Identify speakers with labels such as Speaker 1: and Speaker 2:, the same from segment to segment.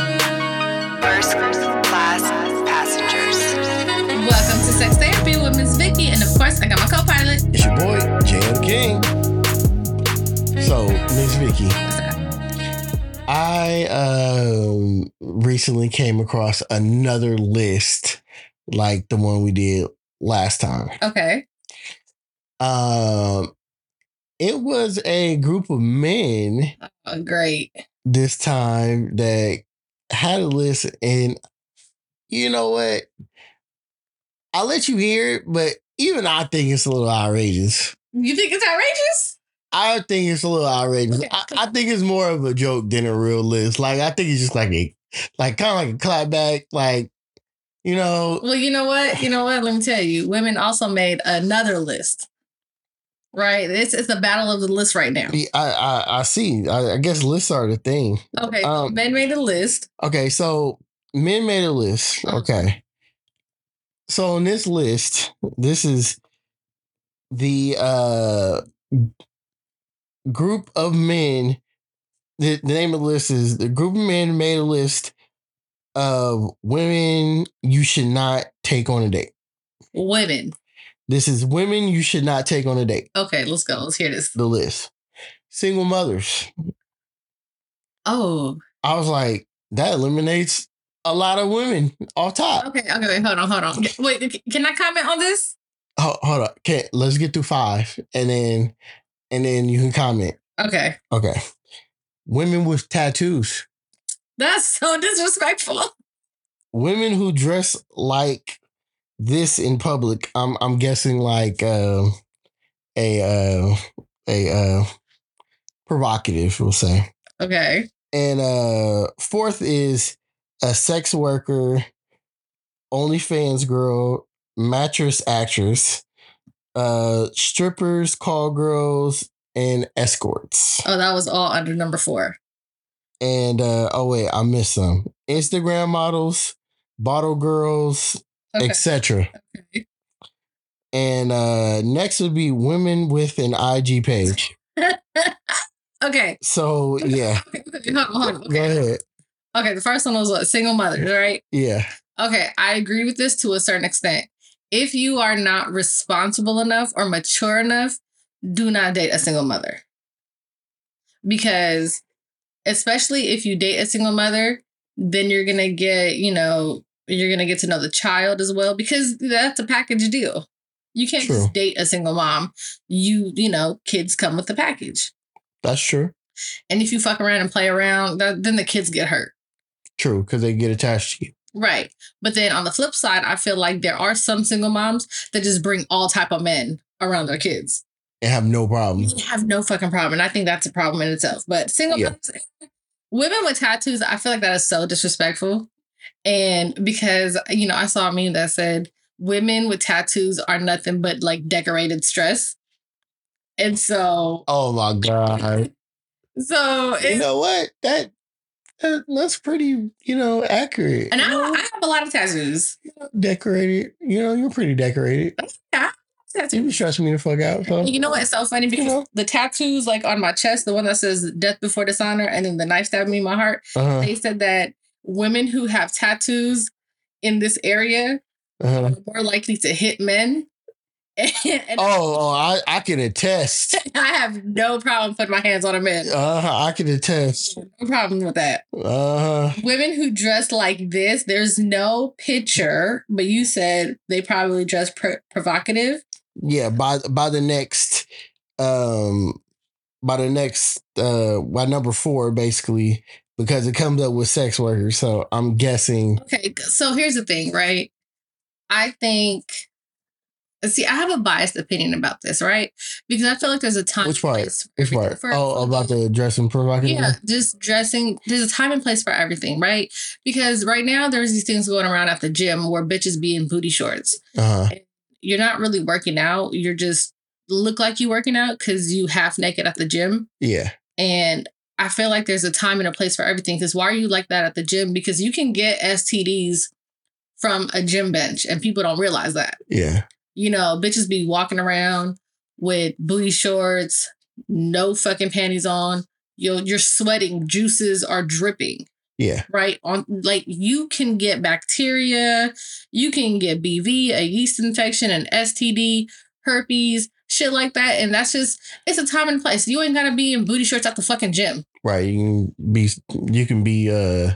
Speaker 1: First class passengers.
Speaker 2: Welcome to Sex Therapy with Miss Vicky, and of course, I got my co-pilot.
Speaker 3: It's your boy, Jam King. So, Miss Vicky, I um, recently came across another list like the one we did last time.
Speaker 2: Okay.
Speaker 3: Um, it was a group of men
Speaker 2: Oh, great.
Speaker 3: this time that had a list, and you know what? I'll let you hear it, but even I think it's a little outrageous.
Speaker 2: You think it's outrageous?
Speaker 3: I think it's a little outrageous. I, I think it's more of a joke than a real list. Like I think it's just like a like kind of like a clapback. Like you know,
Speaker 2: Well, you know what? You know what? Let me tell you. Women also made another list. Right? It's it's the battle of the list right now.
Speaker 3: I I, I see. I, I guess lists are the thing.
Speaker 2: Okay.
Speaker 3: Um,
Speaker 2: men made a list.
Speaker 3: Okay, so men made a list. Okay, so on this list, this is the uh group of men. The, the name of the list is the group of men made a list of women you should not take on a date.
Speaker 2: Women.
Speaker 3: This is women you should not take on a date.
Speaker 2: Okay, let's go. Let's hear this.
Speaker 3: The list, single mothers.
Speaker 2: Oh.
Speaker 3: I was like, that eliminates a lot of women off top.
Speaker 2: Okay. Okay. Wait. Hold on. Hold on. Wait. c- Can I comment on this?
Speaker 3: hold, hold on. Okay, let's get through five, and then and then you can comment.
Speaker 2: Okay.
Speaker 3: Okay. Women with tattoos.
Speaker 2: That's so disrespectful.
Speaker 3: Women who dress like this in public. I'm I'm guessing like um a uh, a uh, provocative. We'll say.
Speaker 2: Okay.
Speaker 3: And uh, fourth is a sex worker, OnlyFans girl, mattress actress, uh, strippers, call girls, and escorts.
Speaker 2: Oh, that was all under number four.
Speaker 3: And uh, oh wait, I missed some Instagram models, bottle girls,
Speaker 2: Okay.
Speaker 3: etc.
Speaker 2: Okay.
Speaker 3: And uh, next would be women with an IG page.
Speaker 2: okay.
Speaker 3: So yeah,
Speaker 2: Hold on, hold on. Oh,
Speaker 3: go
Speaker 2: Okay.
Speaker 3: ahead.
Speaker 2: okay, the first one was what? Single mothers, right?
Speaker 3: Yeah,
Speaker 2: Okay, I agree with this to a certain extent. If you are not responsible enough or mature enough, do not date a single mother. Because especially if you date a single mother, then you're going to get, you know, you're going to get to know the child as well because that's a package deal. You can't
Speaker 3: True.
Speaker 2: just date a single mom. You, you know, kids come with the package.
Speaker 3: that's true.
Speaker 2: And if you fuck around and play around, th- then the kids get hurt.
Speaker 3: True, because they get attached to you.
Speaker 2: Right. But then on the flip side, I feel like there are some single moms that just bring all type of men around their kids.
Speaker 3: and have no problem.
Speaker 2: You have no fucking problem. And I think that's a problem in itself. But single
Speaker 3: Mm-hmm. Yeah.
Speaker 2: moms, women with tattoos, I feel like that is so disrespectful. And because, you know, I saw a meme that said women with tattoos are nothing but like decorated stress. And so,
Speaker 3: Oh my god!
Speaker 2: so
Speaker 3: You
Speaker 2: it's,
Speaker 3: know what? That, that that's pretty. You know, accurate.
Speaker 2: and I,
Speaker 3: You know,
Speaker 2: I have a lot of tattoos.
Speaker 3: decorated. You know, you're pretty decorated.
Speaker 2: tattoos.
Speaker 3: You be stressing me the fuck out. So.
Speaker 2: You know what? It's so funny because
Speaker 3: know?
Speaker 2: the tattoos, like on my chest, the one that says "Death Before Dishonor" and then the knife stabbed me in my heart.
Speaker 3: Uh-huh,
Speaker 2: They said that women who have tattoos in this area
Speaker 3: uh-huh.
Speaker 2: are more likely to hit men. And, and
Speaker 3: Oh, oh, I I can attest.
Speaker 2: I have no problem putting my hands on a man.
Speaker 3: Uh, I can attest.
Speaker 2: No problem with that.
Speaker 3: Uh,
Speaker 2: Women who dress like this, there's no picture, but you said they probably dress pr- provocative.
Speaker 3: yeah by by the next um by the next uh by number four basically because it comes up with sex workers so i'm guessing
Speaker 2: Okay, so here's the thing, right? I think. uh, See, I have a biased opinion about this, right? Because I feel like there's a time.
Speaker 3: Which
Speaker 2: and
Speaker 3: part?
Speaker 2: place for
Speaker 3: which
Speaker 2: everything-
Speaker 3: part
Speaker 2: for-
Speaker 3: oh about the dressing provocative
Speaker 2: Yeah, just dressing. There's a time and place for everything, right? Because right now there's these things going around at the gym where bitches be in booty shorts.
Speaker 3: uh-huh
Speaker 2: You're not really working out. You're just look like you working out because you half naked at the gym.
Speaker 3: yeah
Speaker 2: And I feel like there's a time and a place for everything. Because why are you like that at the gym? Because you can get STDs from a gym bench, and people don't realize that.
Speaker 3: yeah
Speaker 2: You know, bitches be walking around with booty shorts, no fucking panties on. You're, you're sweating, juices are dripping,
Speaker 3: yeah
Speaker 2: right? On like you can get bacteria, you can get BV, a yeast infection, an STD, herpes, shit like that. And that's just it's a time and place. You ain't gotta be in booty shorts at the fucking gym.
Speaker 3: right you can be you can be uh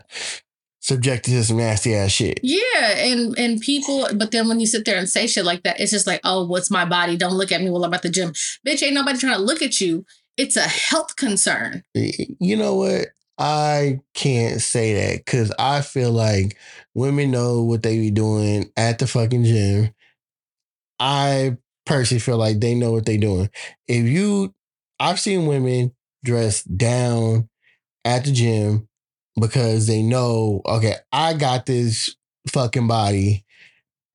Speaker 3: subjected to some nasty ass shit
Speaker 2: Yeah, and and people, but then when you sit there and say shit like that, it's just like, oh, what's my body? Don't look at me while I'm at the gym, bitch. Ain't nobody trying to look at you. It's a health concern.
Speaker 3: Eh, you know what i can't say that because i feel like women know what they be doing at the fucking gym i personally feel like they know what they doing if you i've seen women dressed down at the gym because they know okay i got this fucking body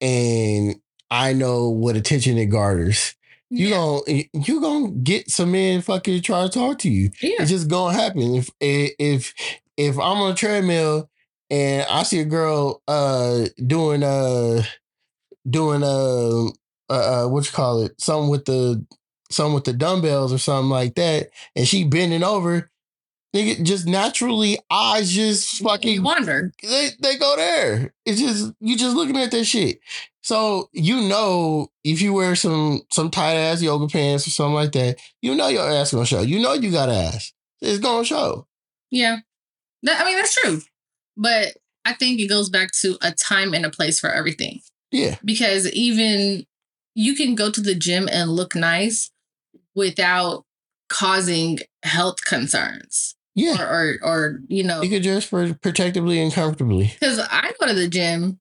Speaker 3: and i know what attention it garners you
Speaker 2: yeah.
Speaker 3: gon' you gonna get some men fucking try to talk to you
Speaker 2: yeah.
Speaker 3: it's just gonna happen. If eh, if if I'm on a treadmill and I see a girl uh doing uh doing uh, uh, uh what you call it something with the something with the dumbbells or something like that, and she bending over, nigga, just naturally eyes just
Speaker 2: You
Speaker 3: fucking
Speaker 2: wonder.
Speaker 3: they they go there. It's just you just looking at that shit. So you know if you wear some some tight ass yoga pants or something like that, you know your ass gonna show. You know you got ass. It's gonna show.
Speaker 2: Yeah, That- I mean that's true, but I think it goes back to a time and a place for everything.
Speaker 3: Yeah.
Speaker 2: Because even you can go to the gym and look nice without causing health concerns
Speaker 3: Yeah.
Speaker 2: or or, or you know
Speaker 3: You could dress for protectively and comfortably.
Speaker 2: Because I go to the gym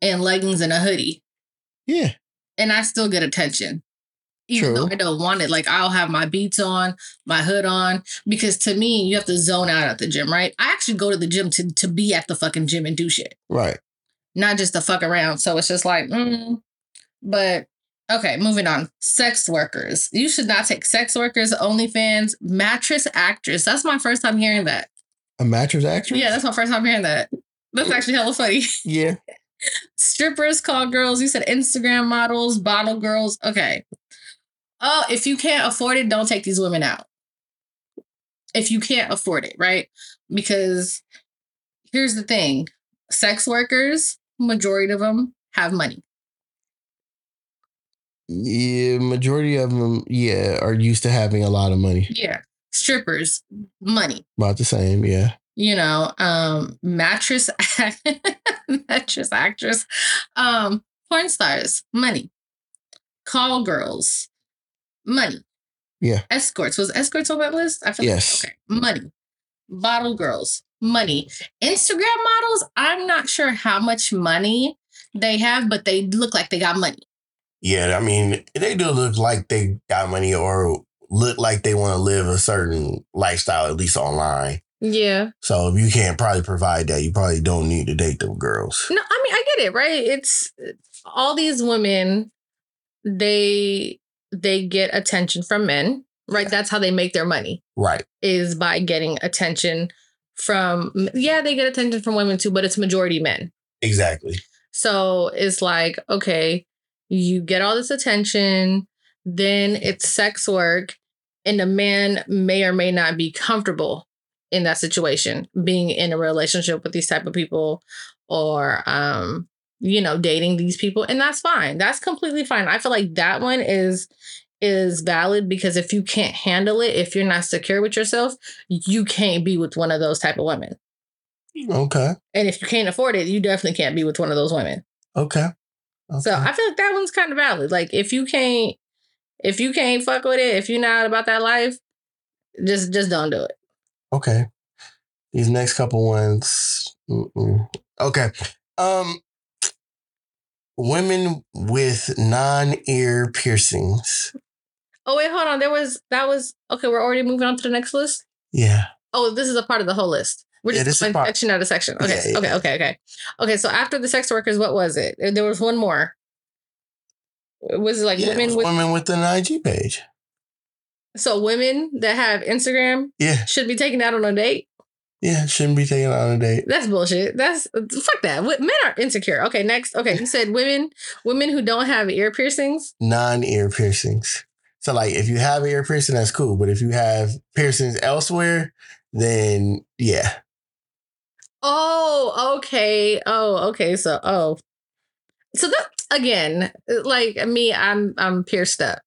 Speaker 2: in leggings and a hoodie,
Speaker 3: Yeah.
Speaker 2: and I still get attention. Even
Speaker 3: True.
Speaker 2: though I don't want it, like I'll have my beats on, my hood on, because to me, you have to zone out at the gym, right? I actually go to the gym to, to be at the fucking gym and do shit,
Speaker 3: Right.
Speaker 2: not just to fuck around. So it's just like, mm. but okay, moving on. Sex workers. You should not take sex workers, OnlyFans, mattress actress. That's my first time hearing that.
Speaker 3: A mattress actress?
Speaker 2: Yeah, that's my first time hearing that. That's actually hella funny.
Speaker 3: yeah.
Speaker 2: strippers, call girls. You said Instagram models, bottle girls. Okay. Oh, if you can't afford it, don't take these women out. If you can't afford it, right? Because here's the thing sex workers, majority of them have money.
Speaker 3: Yeah. Majority of them, yeah, are used to having a lot of money.
Speaker 2: Yeah. Strippers, money.
Speaker 3: About the same. Yeah.
Speaker 2: You know, um, mattress, mattress actress, um, porn stars, money. Call girls, money.
Speaker 3: Yeah.
Speaker 2: escorts. Was escorts on that list? I feel
Speaker 3: Yes.
Speaker 2: Like, okay. Money. Bottle girls. Money. Instagram models. I'm not sure how much money they have, but they look like they got money.
Speaker 4: Yeah, I mean, they do look like they got money or look like they want to live a certain lifestyle, at least online.
Speaker 5: Yeah.
Speaker 4: So if you can't probably provide that, you probably don't need to date them girls.
Speaker 5: No, I mean I get it, right? It's all these women they they get attention from men, right? That's how they make their money.
Speaker 4: Right.
Speaker 5: is by getting attention from yeah they get attention from women too but it's majority men
Speaker 4: Exactly.
Speaker 5: so it's like okay you get all this attention then it's sex work and a man may or may not be comfortable in that situation being in a relationship with these type of people or um you know dating these people and that's fine that's completely fine i feel like that one is is valid because if you can't handle it if you're not secure with yourself you can't be with one of those type of women
Speaker 4: Okay.
Speaker 5: and if you can't afford it you definitely can't be with one of those women
Speaker 4: Okay.
Speaker 6: Okay.
Speaker 2: So I feel like that one's kind of valid. Like if you can't, if you can't fuck with it, if you're not about that life, just just don't do it.
Speaker 3: Okay. These next couple ones. Mm-mm. Okay. Um women with non-ear piercings.
Speaker 2: Oh wait, hold on. There was that was okay. We're already moving on to the next list.
Speaker 3: Yeah.
Speaker 2: Oh, this is a part of the whole list. We're just
Speaker 3: Yeah, this is
Speaker 2: going
Speaker 3: part-
Speaker 2: section out of section. Okay,
Speaker 3: Yeah, yeah.
Speaker 2: okay, okay, okay, okay. So after the sex workers, what was it? There- There was one more. Was it like
Speaker 3: yeah,
Speaker 2: women
Speaker 3: women,
Speaker 2: with
Speaker 3: women with an IG page.
Speaker 2: so women that have Instagram
Speaker 3: Yeah.
Speaker 2: should be taken out on a date?
Speaker 3: Yeah. Shouldn't be taken on a date.
Speaker 2: That's bullshit. That's fuck that. What- Men are insecure. Okay, next. Okay, you said women women who don't have ear piercings.
Speaker 3: Non-ear piercings. So like if you have an ear piercing, that's cool. But if you have piercings elsewhere, then yeah.
Speaker 2: Oh, okay. Oh, okay. So, oh, so that again, like me, I'm I'm pierced up.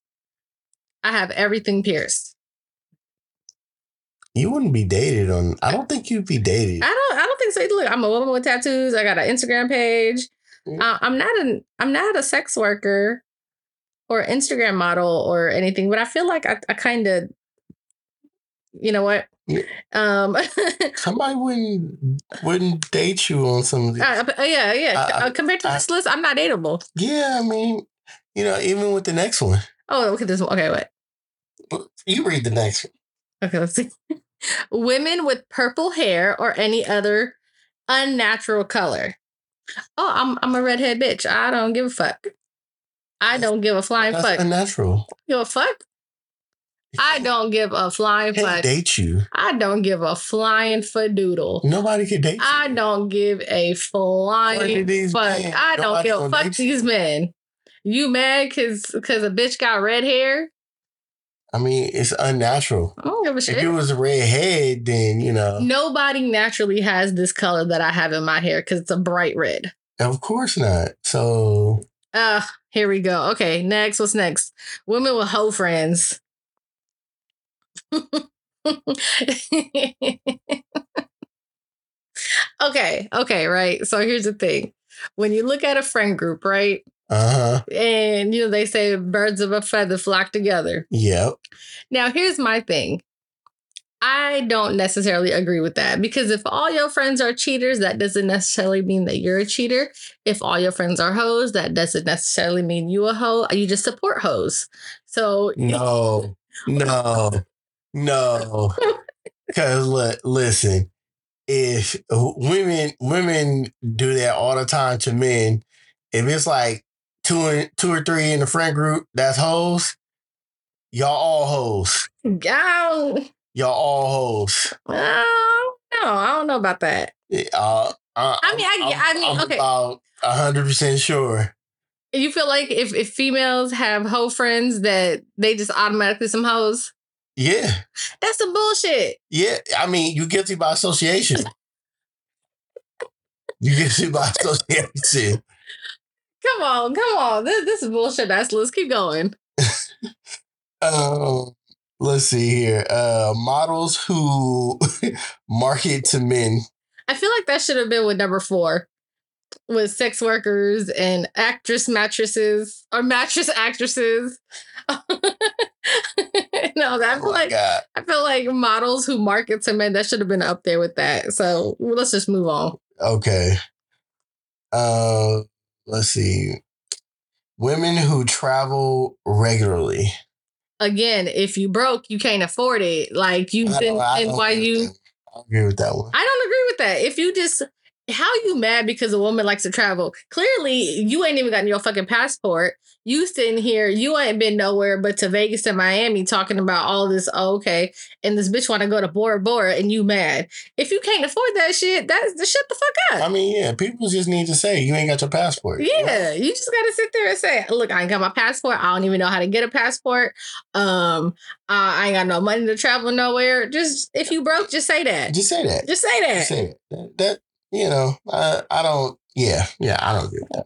Speaker 2: I have everything pierced.
Speaker 3: You wouldn't be dated on I don't think you'd be dated.
Speaker 2: I don't I don't think so. Look, I'm a woman with tattoos. I got an Instagram page. Uh, I'm not an I'm not a sex worker or Instagram model or anything, but I feel like I, I kind of, you know what,
Speaker 3: Yeah.
Speaker 2: um,
Speaker 3: Somebody wouldn't wouldn't date you on some of these.
Speaker 2: Uh, but, uh, yeah, yeah.
Speaker 3: I- I-
Speaker 2: uh, compared to
Speaker 3: I-
Speaker 2: this list, I'm not dateable.
Speaker 3: Yeah, I mean, you know, even with the next one,
Speaker 2: Oh, look at this one. Okay, what?
Speaker 3: you read the next one.
Speaker 2: Okay, let's see. Women with purple hair or any other unnatural color. Oh, I'm I'm a redhead bitch. I don't give a fuck. I don't give a flying
Speaker 3: That's
Speaker 2: fuck.
Speaker 3: unnatural.
Speaker 2: give a fuck? I don't give a flying
Speaker 3: Can't
Speaker 2: fuck.
Speaker 3: date you.
Speaker 2: I don't give a flying fadoodle.
Speaker 3: Nobody can date you.
Speaker 2: I don't give a
Speaker 3: Look at
Speaker 2: flying
Speaker 3: these
Speaker 2: fuck.
Speaker 3: men.
Speaker 2: I don't
Speaker 3: Nobody
Speaker 2: give a
Speaker 3: gonna
Speaker 2: fuck
Speaker 3: date you.
Speaker 2: these men. You mad cause cause a bitch got red hair?
Speaker 3: I mean, it's unnatural.
Speaker 2: I don't give a
Speaker 3: If it
Speaker 2: shit.
Speaker 3: was a redhead, then you know,
Speaker 2: Nobody naturally has this color that I have in my hair because it's a bright red.
Speaker 3: of course not. So
Speaker 2: Uh, here we go. Okay, next. What's next? Women with hoe friends. okay, okay, right. So here's the thing. When you look at a friend group, right?
Speaker 3: uh huh.
Speaker 2: And you know, they say birds of a feather flock together.
Speaker 3: Yep.
Speaker 2: Now, here's my thing. I don't necessarily agree with that because if all your friends are cheaters, that doesn't necessarily mean that you're a cheater. If all your friends are hoes, that doesn't necessarily mean you a hoe. You just support hoes. So
Speaker 3: No. No. No. Cause look, listen, if uh, women women do that all the time to men, if it's like two and two or three in the friend group, that's hoes. Y'all all hoes.
Speaker 2: I don't,
Speaker 3: Y'all all hoes.
Speaker 2: I don't know. I don't know about that.
Speaker 3: Uh, I,
Speaker 2: I mean, I- I mean,
Speaker 3: I'm
Speaker 2: okay.
Speaker 3: About hundred percent sure.
Speaker 2: You feel like if, if females have hoe friends that they just automatically some hoes?
Speaker 3: Yeah,
Speaker 2: That's some bullshit.
Speaker 3: yeah. I mean, you guilty by association. you guilty by association.
Speaker 2: Come on, come on. This, this is bullshit. That's let's keep going.
Speaker 3: Um, let's see here. Uh, models who market to men.
Speaker 2: I feel like that should have been with number four, with sex workers and actress mattresses or mattress actresses. no, that I feel
Speaker 3: Oh my
Speaker 2: like
Speaker 3: God.
Speaker 2: I feel like models who market to men that should have been up there with that. So let's just move on.
Speaker 3: Okay. Uh, let's see. Women who travel regularly.
Speaker 2: Again, if you broke, you can't afford it. Like you
Speaker 3: I
Speaker 2: didn't,
Speaker 3: don't- I
Speaker 2: and
Speaker 3: don't
Speaker 2: why
Speaker 3: agree
Speaker 2: you?
Speaker 3: with that. I don't agree with that one.
Speaker 2: I don't agree with that. If you just how you mad because a woman likes to travel? Clearly, you ain't even gotten your fucking passport. You sitting here, you ain't been nowhere but to Vegas and Miami talking about all this. Oh, okay, and this bitch want to go to Bora Bora, and you mad? If you can't afford that shit, that's the shut the fuck
Speaker 3: I
Speaker 2: up.
Speaker 3: mean, yeah, people just need to say you ain't got your passport.
Speaker 2: yeah, you just gotta sit there and say, "Look, I ain't got my passport. I don't even know how to get a passport. Um, uh, I ain't got no money to travel nowhere. Just if you broke, just say that.
Speaker 3: Just say that.
Speaker 2: Just say that."
Speaker 3: Just say it. That, that you know, I I don't. Yeah, yeah, I don't agree with that.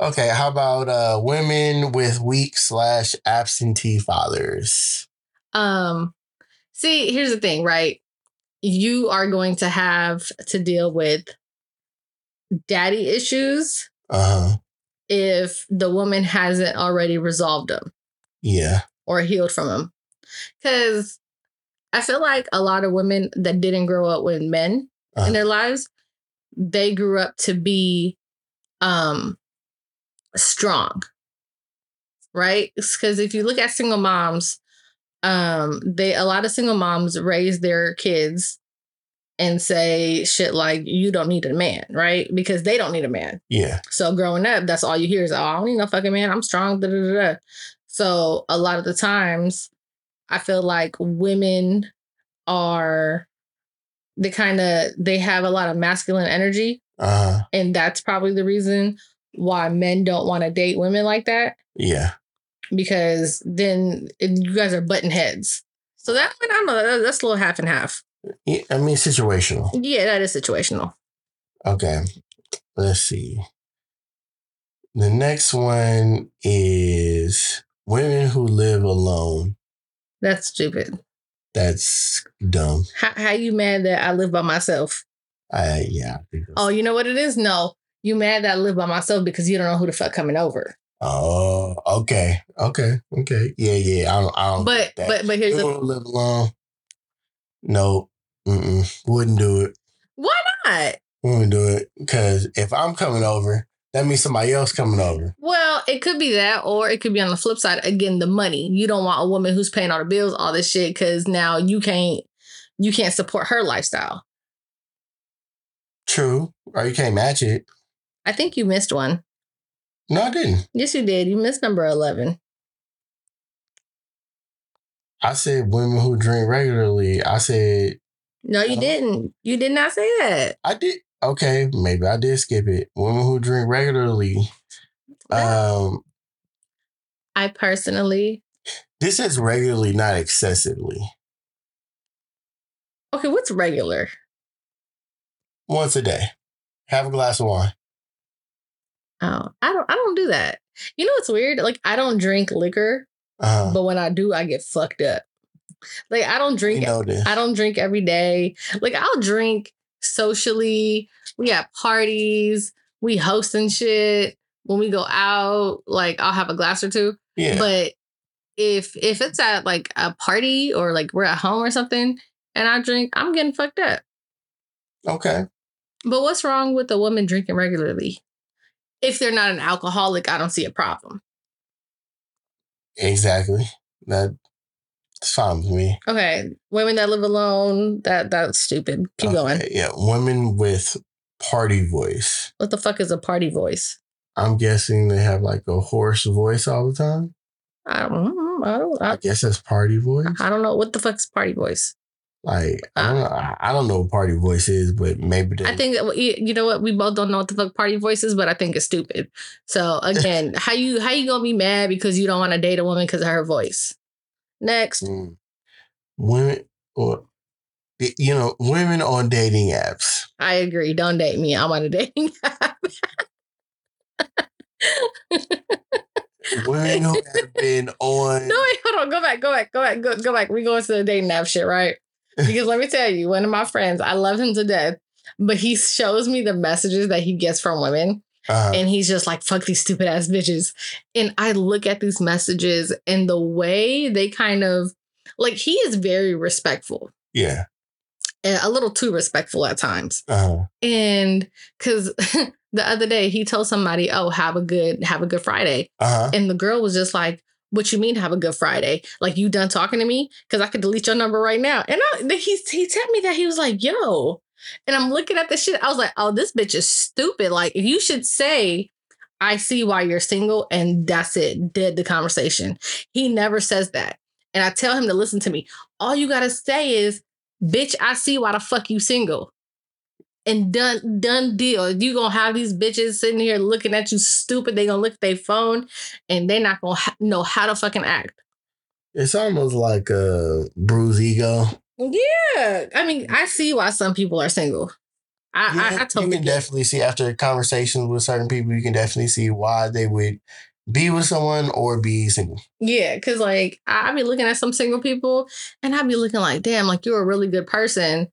Speaker 3: Okay, how about uh, women with weak slash absentee fathers?
Speaker 2: Um, see, here's the thing, right? You are going to have to deal with daddy issues
Speaker 3: Uh huh.
Speaker 2: if the woman hasn't already resolved them
Speaker 3: Yeah.
Speaker 2: or healed from them. Because I feel like a lot of women that didn't grow up with men
Speaker 3: Uh-huh.
Speaker 2: in their lives, they grew up to be um strong. Right? Because if you look at single moms, um, they a lot of single moms raise their kids and say shit like you don't need a man, right? Because they don't need a man.
Speaker 3: Yeah.
Speaker 2: So growing up, that's all you hear is, oh, I don't need no fucking man. I'm strong. Da, da, da, da. So a lot of the times, I feel like women are the kind of they have a lot of masculine energy,
Speaker 3: Uh huh.
Speaker 2: and that's probably the reason why men don't want to date women like that
Speaker 3: Yeah.
Speaker 2: because then it, you guys are button heads. So that I don't know. That, that's a little half and half.
Speaker 3: Yeah, I mean, situational.
Speaker 2: Yeah, that is situational.
Speaker 3: Okay. Let's see. The next one is women who live alone.
Speaker 2: That's stupid.
Speaker 3: That's dumb.
Speaker 2: How, how you mad that I live by myself?
Speaker 3: I yeah. I think that's-
Speaker 2: Oh, you know what it is? No, you mad that I live by myself because you don't know who the fuck coming over.
Speaker 3: Oh, okay, okay, okay. Yeah, yeah. I don't. I don't
Speaker 2: But
Speaker 3: get that.
Speaker 2: but but here's
Speaker 3: People
Speaker 2: the
Speaker 3: who live alone. No, mm-mm, wouldn't do it.
Speaker 2: why not?
Speaker 3: Wouldn't do it because if I'm coming over, that means somebody else coming over.
Speaker 2: Well, it could be that, or it could be on the flip side. Again, the money. You don't want a woman who's paying all the bills, all this shit, because now you can't you can't support her lifestyle.
Speaker 3: True, or you can't match it.
Speaker 2: I think you missed one.
Speaker 3: No, I didn't.
Speaker 2: Yes, you did. You missed number eleven.
Speaker 3: I said women who drink regularly. I said
Speaker 2: No, you
Speaker 3: Uh-huh.
Speaker 2: didn't. You did not say that.
Speaker 3: I did. Okay, maybe I did skip it. Women who drink regularly. Um,
Speaker 2: I personally.
Speaker 3: this is regularly, not excessively.
Speaker 2: Okay, what's regular?
Speaker 3: Once a day, have a glass of wine.
Speaker 2: Oh, I don't. I don't do that. You know what's weird? Like I don't drink liquor,
Speaker 3: Uh,
Speaker 2: but when I do, I get fucked up. Like I don't
Speaker 3: you
Speaker 2: drink. e,
Speaker 3: know this.
Speaker 2: I don't drink every day. Like I'll drink socially. We got parties. We hosting shit. When we go out, like I'll have a glass or two.
Speaker 3: Yeah.
Speaker 2: But if if it's at like a party or like we're at home or something, and I drink, I'm getting fucked up.
Speaker 3: okay.
Speaker 2: But what's wrong with a woman drinking regularly? If they're not an alcoholic, I don't see a problem.
Speaker 3: Exactly. That- That's fine with me.
Speaker 2: Okay, women that live alone, that that's stupid. Keep
Speaker 3: Okay,
Speaker 2: going.
Speaker 3: Yeah. Women with party voice.
Speaker 2: What the fuck is a party voice?
Speaker 3: I'm guessing they have like a hoarse voice all the time.
Speaker 2: I don't, mm-hmm, I don't,
Speaker 3: I
Speaker 2: I,
Speaker 3: guess that's party voice.
Speaker 2: I don't know what the fuck's party voice.
Speaker 3: Like I don't know. I I don't know what party voice is, but maybe they,
Speaker 2: Uh-huh. I think that we- you know what we both don't know what the fuck party voice is, but I think it's stupid. So again, how you how you gonna be mad because you don't want to date a woman because of her voice? Next,
Speaker 3: Mm. women or you know women on dating apps.
Speaker 2: I agree. Don't date me. I'm on a dating app.
Speaker 3: Women who have been on.
Speaker 2: No, wait, hold on. Go back, go back, go back, go, go back. We going to the dating app shit, right? Because let me tell you, one of my friends, I love him to death, but he shows me the messages that he gets from women,
Speaker 3: Uh,
Speaker 2: and he's just like, "Fuck these stupid ass bitches." And I look at these messages and the way they kind of, like, he is very respectful,
Speaker 3: yeah.
Speaker 2: and a little too respectful at times.
Speaker 3: Uh,
Speaker 2: And because the other day he told somebody, "Oh, have a good, have a good Friday,"
Speaker 3: uh-huh.
Speaker 2: And the girl was just like, "What you mean? Have a good Friday? Like you done talking to me? Because I could delete your number right now." And I, then he he tapped me that he was like, "Yo," and I'm looking at this shit. I was like, "Oh, this bitch is stupid. Like you should say." I see why you're single, and that's it. Dead the conversation. He never says that. And I tell him to listen to me. All you gotta say is, bitch, I see why the fuck you single. And done done deal. You gonna have these bitches sitting here looking at you stupid. They gonna look at their phone and they're not gonna ha- know how to fucking act.
Speaker 3: It's almost like a bruised ego.
Speaker 2: Yeah, I mean, I see why some people are single. I,
Speaker 3: Yeah,
Speaker 2: I, I totally
Speaker 3: you
Speaker 2: get
Speaker 3: can
Speaker 2: it.
Speaker 3: definitely see after conversations with certain people, you can definitely see why they would be with someone or be single.
Speaker 2: yeah, because like I, I be looking at some single people and I be looking like, damn, like you're a really good person.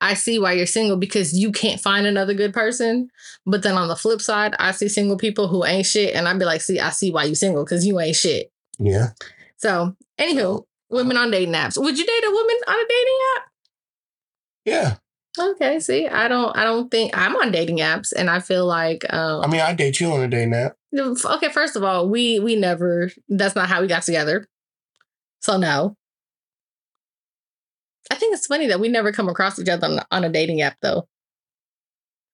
Speaker 2: I see why you're single because you can't find another good person. But then on the flip side, I see single people who ain't shit, and I'd be like, see, I see why you single because you ain't shit.
Speaker 3: Yeah.
Speaker 2: So,
Speaker 3: uh-huh.
Speaker 2: anywho, women on dating apps. Would you date a woman on a dating app?
Speaker 3: Yeah.
Speaker 2: Okay, see, I don't, I don't think I'm on dating apps, and I feel like, um,
Speaker 3: I mean, I date you on a day now.
Speaker 2: okay, first of all, we we never. That's not how we got together. So no. I think it's funny that we never come across each other on, on a dating app, though.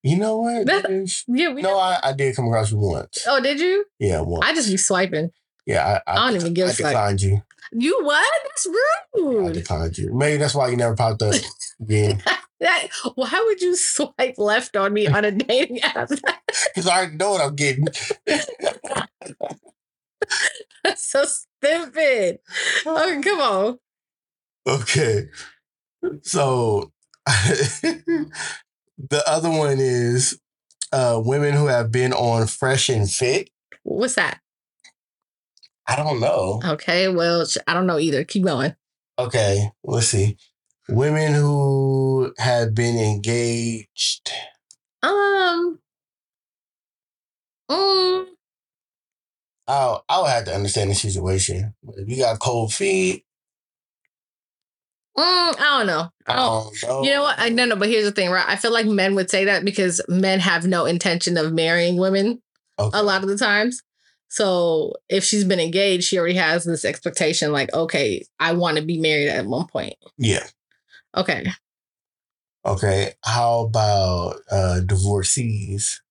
Speaker 3: You know what?
Speaker 2: That-
Speaker 3: bitch?
Speaker 2: Yeah, we.
Speaker 3: no, I, I did come across you once.
Speaker 2: oh, did you?
Speaker 3: Yeah, once.
Speaker 2: I just be swiping.
Speaker 3: yeah, I,
Speaker 2: I don't even give a
Speaker 3: I
Speaker 2: fuck.
Speaker 3: declined you.
Speaker 2: You what? That's
Speaker 3: I
Speaker 2: rude.
Speaker 3: declined you. Maybe that's why you never popped up again.
Speaker 2: That, why would you swipe left on me on a dating app?
Speaker 3: Because I already know what I'm getting.
Speaker 2: That's so stupid. Oh, come on.
Speaker 3: Okay. So the other one is uh, women who have been on Fresh and Fit.
Speaker 2: What's that?
Speaker 3: I don't know.
Speaker 2: Okay, well, sh- I don't know either. Keep going.
Speaker 3: Okay, let's see. Women who have been engaged.
Speaker 2: Um. mm,
Speaker 3: I'll I would have to understand the situation. If you got cold feet,
Speaker 2: mm, I don't know. I
Speaker 3: I
Speaker 2: don't.
Speaker 3: don't know.
Speaker 2: Oh, You know what? I, no, no. But here's the thing, right? I feel like men would say that because men have no intention of marrying women.
Speaker 3: Okay.
Speaker 2: a lot of the times. So if she's been engaged, she already has this expectation like, okay, I want to be married at one point.
Speaker 3: Yeah.
Speaker 2: Okay.
Speaker 3: Okay. How about uh divorcees?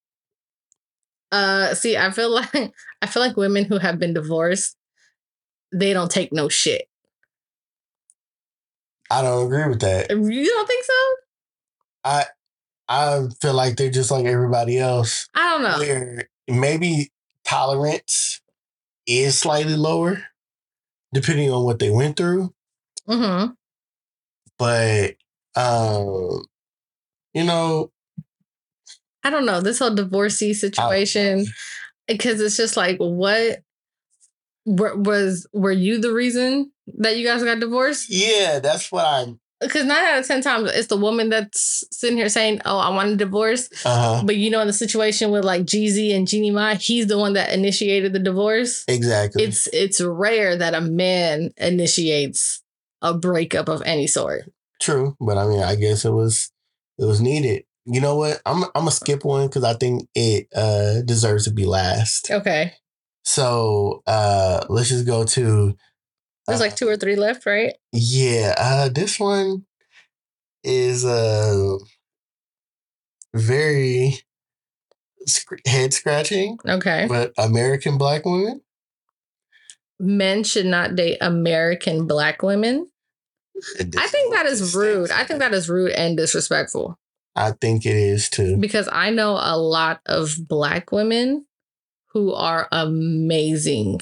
Speaker 2: Uh see, I feel like I feel like women who have been divorced, they don't take no shit.
Speaker 3: I don't agree with that.
Speaker 2: You don't think so?
Speaker 3: I feel like they're just like everybody else.
Speaker 2: I don't know.
Speaker 3: Where maybe tolerance is slightly lower, depending on what they went through.
Speaker 2: Mhm.
Speaker 3: But um, you know,
Speaker 2: I don't know. This whole
Speaker 3: Oh,
Speaker 2: divorcee situation because it's just like what were- was were you the reason that you guys got divorced?
Speaker 3: yeah, that's what I
Speaker 2: because nine out of ten times it's the woman that's sitting here saying, "Oh, I want a divorce,"
Speaker 3: uh huh.
Speaker 2: but you know, in the situation with like Jeezy and Jeannie Mai, he's the one that initiated the divorce.
Speaker 3: Exactly.
Speaker 2: It's it's rare that a man initiates a breakup of any sort.
Speaker 3: True, but I mean, I guess it was it was needed. You know what? I'm I'm gonna skip one because I think it uh deserves to be last.
Speaker 2: Okay,
Speaker 3: So uh let's just go to.
Speaker 2: there's
Speaker 3: uh,
Speaker 2: like two or three left, right?
Speaker 3: Yeah, uh, this one is uh very sc- head scratching,
Speaker 2: Okay,
Speaker 3: but American black women.
Speaker 2: men should not date American black women. I think that is rude. I think that is rude and disrespectful
Speaker 3: I think it is too.
Speaker 2: because I know a lot of black women who are amazing,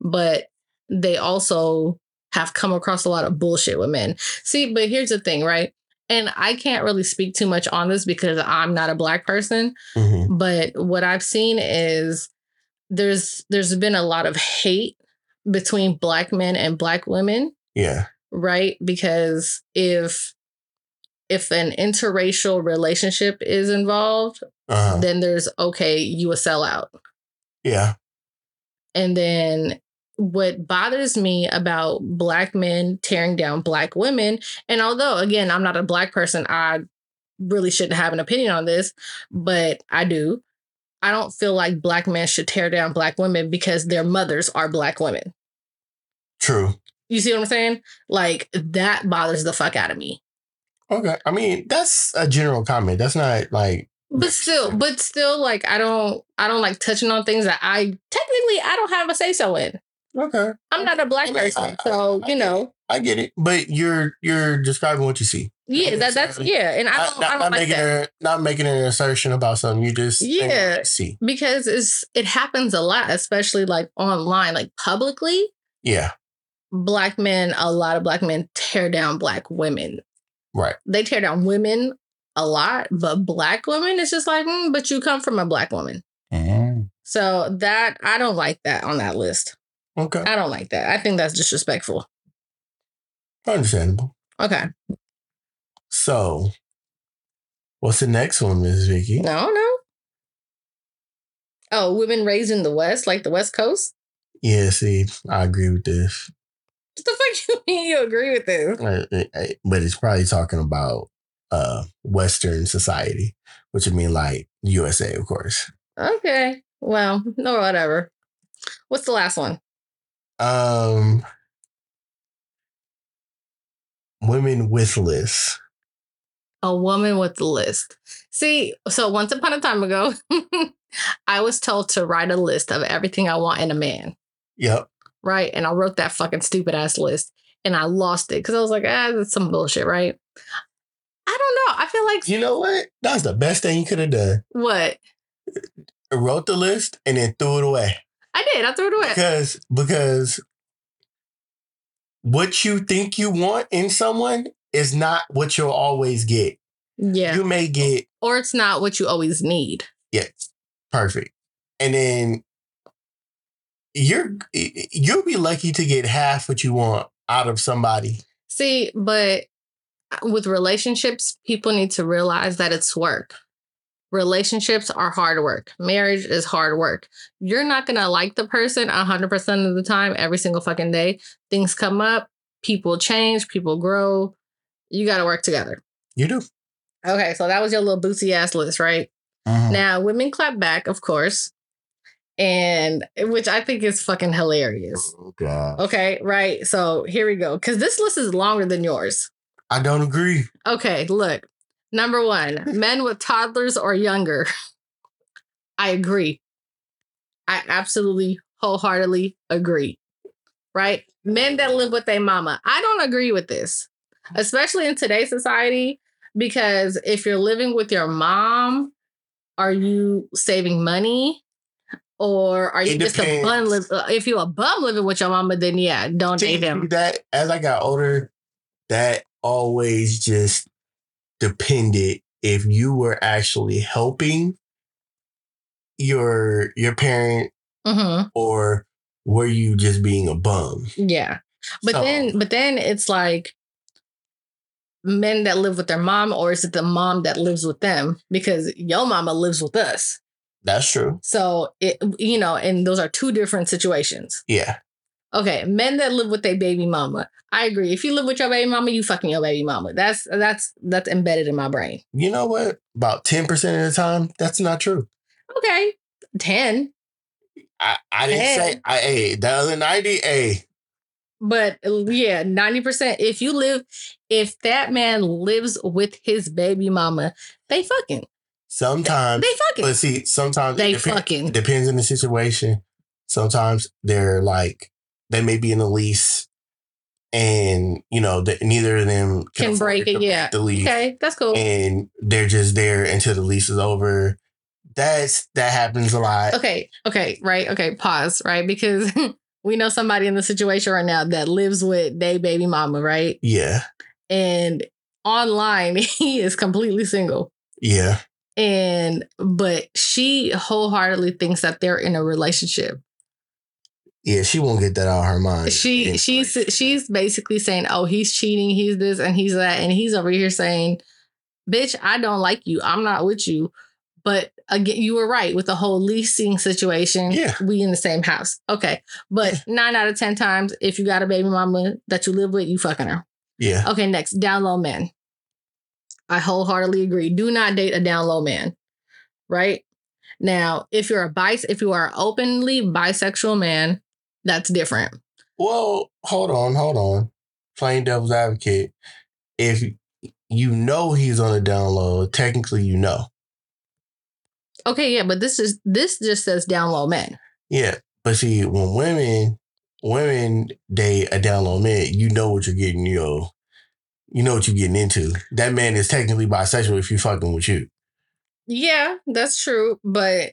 Speaker 2: but they also have come across a lot of bullshit with men. See, but here's the thing, right? And I can't really speak too much on this because I'm not a black person,
Speaker 3: Mhm.
Speaker 2: but what I've seen is there's there's been a lot of hate between black men and black women,
Speaker 3: Yeah.
Speaker 2: right? Because if if an interracial relationship is involved,
Speaker 3: Uh-huh.
Speaker 2: then there's okay, you a sellout.
Speaker 3: yeah.
Speaker 2: And then what bothers me about black men tearing down black women, and although again, I'm not a black person, I really shouldn't have an opinion on this, but I do. I don't feel like black men should tear down black women because their mothers are black women.
Speaker 3: True.
Speaker 2: You see what I'm saying? Like that bothers the fuck out of me.
Speaker 3: Okay. I mean, that's a general comment. That's not like
Speaker 2: But still, but still, like I don't, I don't like touching on things that I technically I don't have a say so in.
Speaker 3: Okay.
Speaker 2: I'm not a black person, so you know,
Speaker 3: I get it. But you're you're describing what you see.
Speaker 2: yeah, that that's yeah, and I don't, I
Speaker 3: Not,
Speaker 2: don't like
Speaker 3: making
Speaker 2: that.
Speaker 3: a, not making an assertion about something. You just think what
Speaker 2: Yeah.
Speaker 3: you see.
Speaker 2: because it's it happens a lot, especially like online, like publicly.
Speaker 3: Yeah.
Speaker 2: Black men, a lot of black men tear down black women.
Speaker 3: Right.
Speaker 2: They tear down women a lot, but black women, it's just like, mm, but you come from a black woman, Mm. so that I don't like that on that list.
Speaker 3: Okay.
Speaker 2: I don't like that. I think that's disrespectful. Uh
Speaker 3: Understandable.
Speaker 2: Okay,
Speaker 3: So, what's the next one, Ms. Vicky?
Speaker 2: no, no. Oh, women raised in the West, like the West Coast.
Speaker 3: Yeah. See, I agree with this,
Speaker 2: What the fuck you mean you agree with this?
Speaker 3: Uh, uh, uh, but it's probably talking about uh Western society, which would mean like USA, of course.
Speaker 2: Mm. Okay. Well, no, whatever. What's the last one?
Speaker 3: Um, women with lists.
Speaker 2: A woman with the list. See, so once upon a time ago, I was told to write a list of everything I want in a man,
Speaker 3: Yep.
Speaker 2: right? And I wrote that fucking stupid ass list and I lost it because I was like, ah, that's some bullshit, right? I don't know. I feel like
Speaker 3: You know what? That's the best thing you could have done.
Speaker 2: what?
Speaker 3: Wrote the list and then threw it away
Speaker 2: I did. I threw it away.
Speaker 3: because because what you think you want in someone is not what you'll always get.
Speaker 2: Yeah.
Speaker 3: You may get
Speaker 2: or it's not what you always need.
Speaker 3: Yes. Perfect. And then you're you'll be lucky to get half what you want out of somebody.
Speaker 2: See, but uh, with relationships, people need to realize that it's work. Relationships are hard work. Marriage is hard work. You're not going to like the person 100% of the time, every single fucking day. Things come up, people change, people grow. You got to work together.
Speaker 3: You do.
Speaker 2: Okay, so that was your little bootsy ass list, right?
Speaker 3: Uh-huh.
Speaker 2: Now, women clap back, of course, and which I think is fucking hilarious.
Speaker 3: God.
Speaker 2: Okay, right. So here we go. Because this list is longer than yours.
Speaker 3: I don't agree.
Speaker 2: Okay, look. Number one, men with toddlers or younger. I agree. I absolutely wholeheartedly agree. Right? Men that live with their mama. I don't agree with this, especially in today's society, because if you're living with your mom, are you saving money? Or are you
Speaker 3: It
Speaker 2: just a bum? Li- if you a bum living with your mama, then yeah, don't
Speaker 3: See,
Speaker 2: date him.
Speaker 3: That as I got older, that always just depended if you were actually helping your your parent
Speaker 2: hmm
Speaker 3: or were you just being a bum?
Speaker 2: Yeah. But
Speaker 3: So-
Speaker 2: then but then it's like men that live with their mom or is it the mom that lives with them because your mama lives with us.
Speaker 3: That's true.
Speaker 2: So it you know and those are two different situations.
Speaker 3: Yeah.
Speaker 2: Okay, men that live with their baby mama. I agree. If you live with your baby mama, you fucking your baby mama. That's that's that's embedded in my brain.
Speaker 3: You know what? About 10% of the time, that's not true.
Speaker 2: Okay. 10,
Speaker 3: I, I didn't
Speaker 2: Hey.
Speaker 3: say I hey, the other 90, hey,
Speaker 2: but yeah, 90% if you live if that man lives with his baby mama, they fucking
Speaker 3: sometimes
Speaker 2: They fucking.
Speaker 3: but see, sometimes
Speaker 2: They
Speaker 3: depen-
Speaker 2: fucking.
Speaker 3: depends on the situation. Sometimes they're like they may be in a lease and you know, the, neither of them
Speaker 2: can,
Speaker 3: afford
Speaker 2: break
Speaker 3: to
Speaker 2: it. Yeah.
Speaker 3: the lease.
Speaker 2: Okay, that's cool.
Speaker 3: And they're just there until the lease is over. That's that happens a lot.
Speaker 2: okay, okay, right. Okay, pause, right? Because we know somebody in the situation right now that lives with they baby mama, right?
Speaker 3: Yeah.
Speaker 2: And online, he is completely single.
Speaker 3: Yeah.
Speaker 2: And but she wholeheartedly thinks that they're in a relationship.
Speaker 3: Yeah, she won't get that out of her mind.
Speaker 2: She she's she's basically saying, "Oh, he's cheating, he's this and he's that." And he's over here saying, "Bitch, I don't like you. I'm not with you." But again, you were right with the whole leasing situation.
Speaker 3: Yeah.
Speaker 2: We in the same house. Okay. But nine out of 10 times, if you got a baby mama that you live with, you fucking her.
Speaker 3: Yeah.
Speaker 2: Okay, next, down low men. I wholeheartedly agree. Do not date a down low man. Right? Now, if you're a bis if you are an openly bisexual man, that's different.
Speaker 3: Well, hold on, hold on. Playing devil's advocate. If you know he's on the download, technically you know.
Speaker 2: Okay, yeah, but this is this just says down low men.
Speaker 3: Yeah. But see, when women women date a download man, you know what you're getting, you know, you know what you're getting into. That man is technically bisexual if you fucking with you.
Speaker 2: Yeah, that's true. But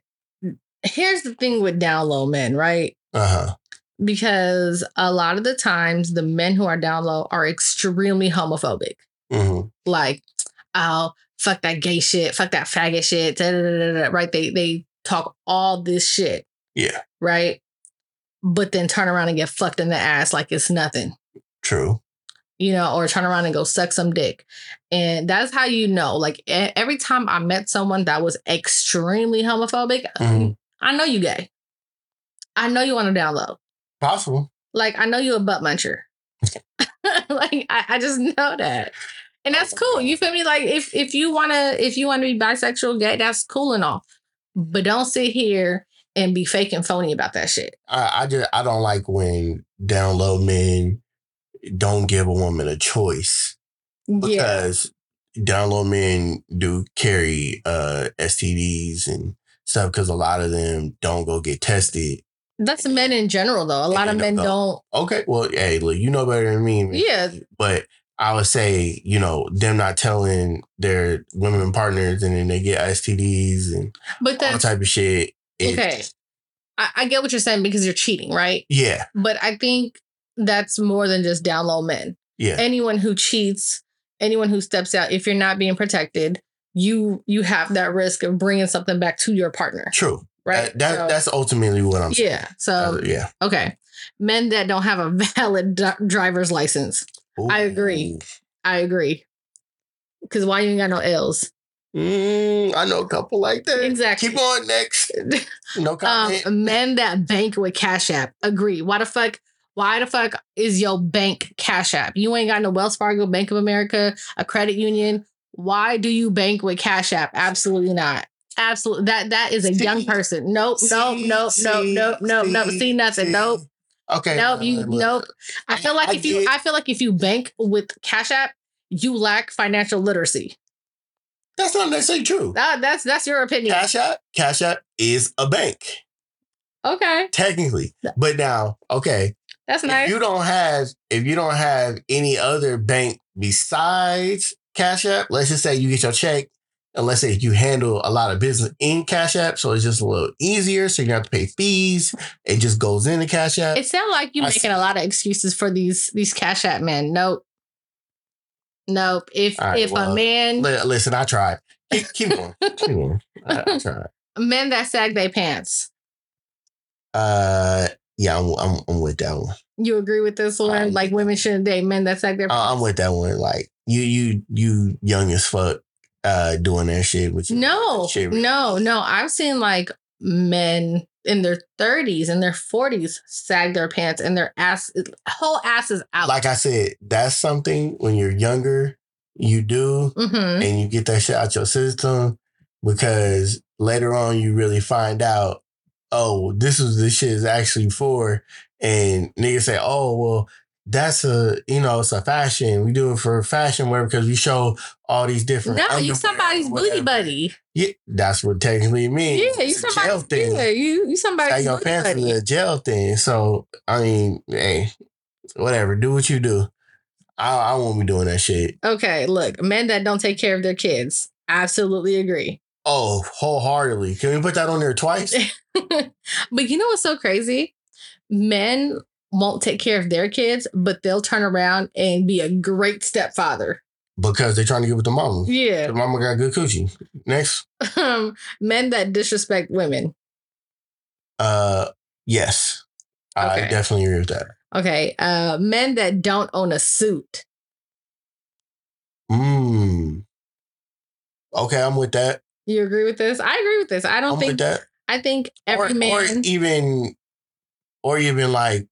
Speaker 2: here's the thing with down low men, right?
Speaker 3: Uh-huh.
Speaker 2: Because a lot of the times the men who are down low are extremely homophobic.
Speaker 3: hmm
Speaker 2: like, oh, fuck that gay shit, fuck that faggot shit, da, da, da, da, da, right? They they talk all this shit,
Speaker 3: Yeah,
Speaker 2: right? But then turn around and get fucked in the ass like it's nothing,
Speaker 3: true.
Speaker 2: you know, or turn around and go suck some dick. And that's how you know. Like e- every time I met someone that was extremely homophobic,
Speaker 3: Mhm.
Speaker 2: I know you gay. I know you want to download.
Speaker 3: Possible.
Speaker 2: Like I know you a butt muncher. like I, I just know that. And that's cool. You feel me? Like if if you wanna if you wanna be bisexual, gay, that's cool and all. But don't sit here and be fake and phony about that shit.
Speaker 3: I, I just I don't like when download men don't give a woman a choice.
Speaker 2: Yeah.
Speaker 3: because down low men do carry uh STDs and stuff because a lot of them don't go get tested.
Speaker 2: That's men in general though. A lot of
Speaker 3: And
Speaker 2: men
Speaker 3: don't-
Speaker 2: don't
Speaker 3: Okay, well, hey, look, you know better than me. man.
Speaker 2: Yeah.
Speaker 3: But I would say, you know, them not telling their women partners and then they get STDs and
Speaker 2: But
Speaker 3: all
Speaker 2: that's
Speaker 3: type of shit. It-
Speaker 2: okay. I, I get what you're saying because you're cheating, right?
Speaker 3: Yeah,
Speaker 2: But I think that's more than just download men.
Speaker 3: yeah.
Speaker 2: anyone who cheats anyone who steps out if you're not being protected you you have that risk of bringing something back to your partner
Speaker 3: True.
Speaker 2: right
Speaker 3: That, that-
Speaker 2: So-
Speaker 3: that's ultimately what I'm saying.
Speaker 2: yeah um, so
Speaker 3: Uh, yeah.
Speaker 2: okay men that don't have a valid d- driver's license I agree. i agree because why you ain't got no l's
Speaker 3: Mm, I know a couple like that.
Speaker 2: Exactly.
Speaker 3: Keep on next. No
Speaker 2: um,
Speaker 3: comment.
Speaker 2: men that bank with cash app agree why the fuck why the fuck is your bank cash app you ain't got no wells fargo bank of america a credit union why do you bank with cash app absolutely not absolutely that that is a young
Speaker 3: See?
Speaker 2: person nope nope nope
Speaker 3: See,
Speaker 2: nope
Speaker 3: see,
Speaker 2: nope nope nope see nothing
Speaker 3: see.
Speaker 2: nope
Speaker 3: Okay.
Speaker 2: nope you
Speaker 3: uh, look,
Speaker 2: nope i feel like
Speaker 3: I
Speaker 2: if you
Speaker 3: get-
Speaker 2: i feel like if you bank with cash app you lack financial literacy
Speaker 3: That's not necessarily true.
Speaker 2: that, that's that's your opinion
Speaker 3: Cash App, Cash App is a bank
Speaker 2: okay
Speaker 3: technically, but now, okay,
Speaker 2: that's
Speaker 3: if
Speaker 2: nice
Speaker 3: you don't have if you don't have any other bank besides Cash App, let's just say you get your check, and let's say you handle a lot of business in Cash App, so it's just a little easier, so you don't have to pay fees. It just goes into Cash App.
Speaker 2: It sounds like you're
Speaker 3: I
Speaker 2: making
Speaker 3: see.
Speaker 2: a lot of excuses for these these Cash App men. Nope. Nope. If
Speaker 3: All right,
Speaker 2: if
Speaker 3: well,
Speaker 2: a man
Speaker 3: Li- Listen, I tried. Keep, keep going. keep going. I, I tried.
Speaker 2: men that sag their pants,
Speaker 3: Uh, yeah, I'm, I'm I'm with that one.
Speaker 2: you agree with this one?
Speaker 3: I'm-
Speaker 2: like women shouldn't date men that sag their pants.
Speaker 3: I- I'm with that one. Like you, you, you, young as fuck, uh, doing that shit. With your-
Speaker 2: no,
Speaker 3: shit.
Speaker 2: no, no. I've seen like men in their 30s and their 40s sag their pants and their ass whole ass is out.
Speaker 3: Like I said, that's something when you're younger, you do,
Speaker 2: mm-hmm.
Speaker 3: and you get that shit out your system because later on you really find out, oh, this is this shit is actually for, and niggas say, oh, well. That's a you know it's a fashion we do it for fashion wear because we show all these different
Speaker 2: No,
Speaker 3: underwear
Speaker 2: you
Speaker 3: or
Speaker 2: somebody's booty
Speaker 3: whatever.
Speaker 2: buddy.
Speaker 3: Yeah, that's what technically it means.
Speaker 2: Yeah, you
Speaker 3: It's a jail
Speaker 2: somebody's
Speaker 3: thing.
Speaker 2: yeah, you you
Speaker 3: Like
Speaker 2: somebody's
Speaker 3: your
Speaker 2: booty
Speaker 3: pants
Speaker 2: buddy.
Speaker 3: is a jail thing. So I mean, hey, whatever. Do what you do. I, I won't be doing that shit.
Speaker 2: Okay, look, men that don't take care of their kids. Absolutely agree.
Speaker 3: Oh, wholeheartedly. Can we put that on there twice?
Speaker 2: but you know what's so crazy? Men won't take care of their kids, but they'll turn around and be a great stepfather.
Speaker 3: because they're trying to get with the mama. The
Speaker 2: Yeah.
Speaker 3: mama got good coochie. Next,
Speaker 2: Um, men that disrespect women.
Speaker 3: uh, yes, I
Speaker 2: Okay.
Speaker 3: definitely agree with that.
Speaker 2: Okay. Uh, men that don't own a suit.
Speaker 3: Mm. Okay, I'm with that.
Speaker 2: You agree with this? I agree with this. I don't
Speaker 3: I'm with
Speaker 2: think
Speaker 3: that.
Speaker 2: I think every
Speaker 3: or, e or
Speaker 2: man
Speaker 3: even or even like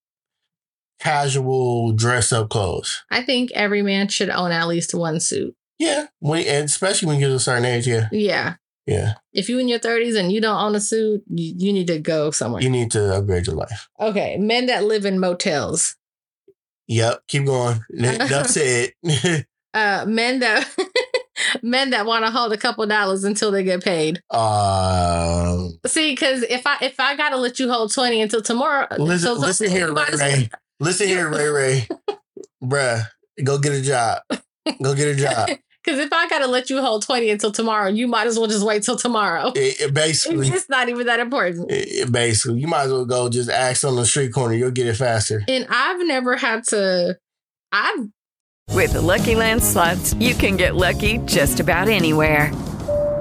Speaker 3: casual dress up clothes.
Speaker 2: I think every man should own at least one suit.
Speaker 3: Yeah. When and especially when you get to a certain age, yeah.
Speaker 2: Yeah.
Speaker 3: Yeah.
Speaker 2: If you in your 30s and you don't own a suit, you, you need to go somewhere.
Speaker 3: You need to upgrade your life.
Speaker 2: okay, men that live in motels.
Speaker 3: Yep. Keep going. That's it.
Speaker 2: Uh men that men that want to hold a couple dollars until they get paid.
Speaker 3: Um
Speaker 2: See, cuz if I if I got to let you hold 20 until tomorrow, uh,
Speaker 3: listen,
Speaker 2: so-
Speaker 3: listen here,
Speaker 2: you
Speaker 3: Ray
Speaker 2: might as-
Speaker 3: Ray. Listen here, Ray Ray. Bruh, go get a job. Go get a job.
Speaker 2: Because if I gotta let you hold 20 until tomorrow, you might as well just wait till tomorrow.
Speaker 3: It- it basically,
Speaker 2: It's not even that important.
Speaker 3: it- it basically, you might as well go just ask on the street corner. You'll get it faster.
Speaker 2: And I've never had to, I've,
Speaker 7: With the Lucky Land slots, you can get lucky just about anywhere.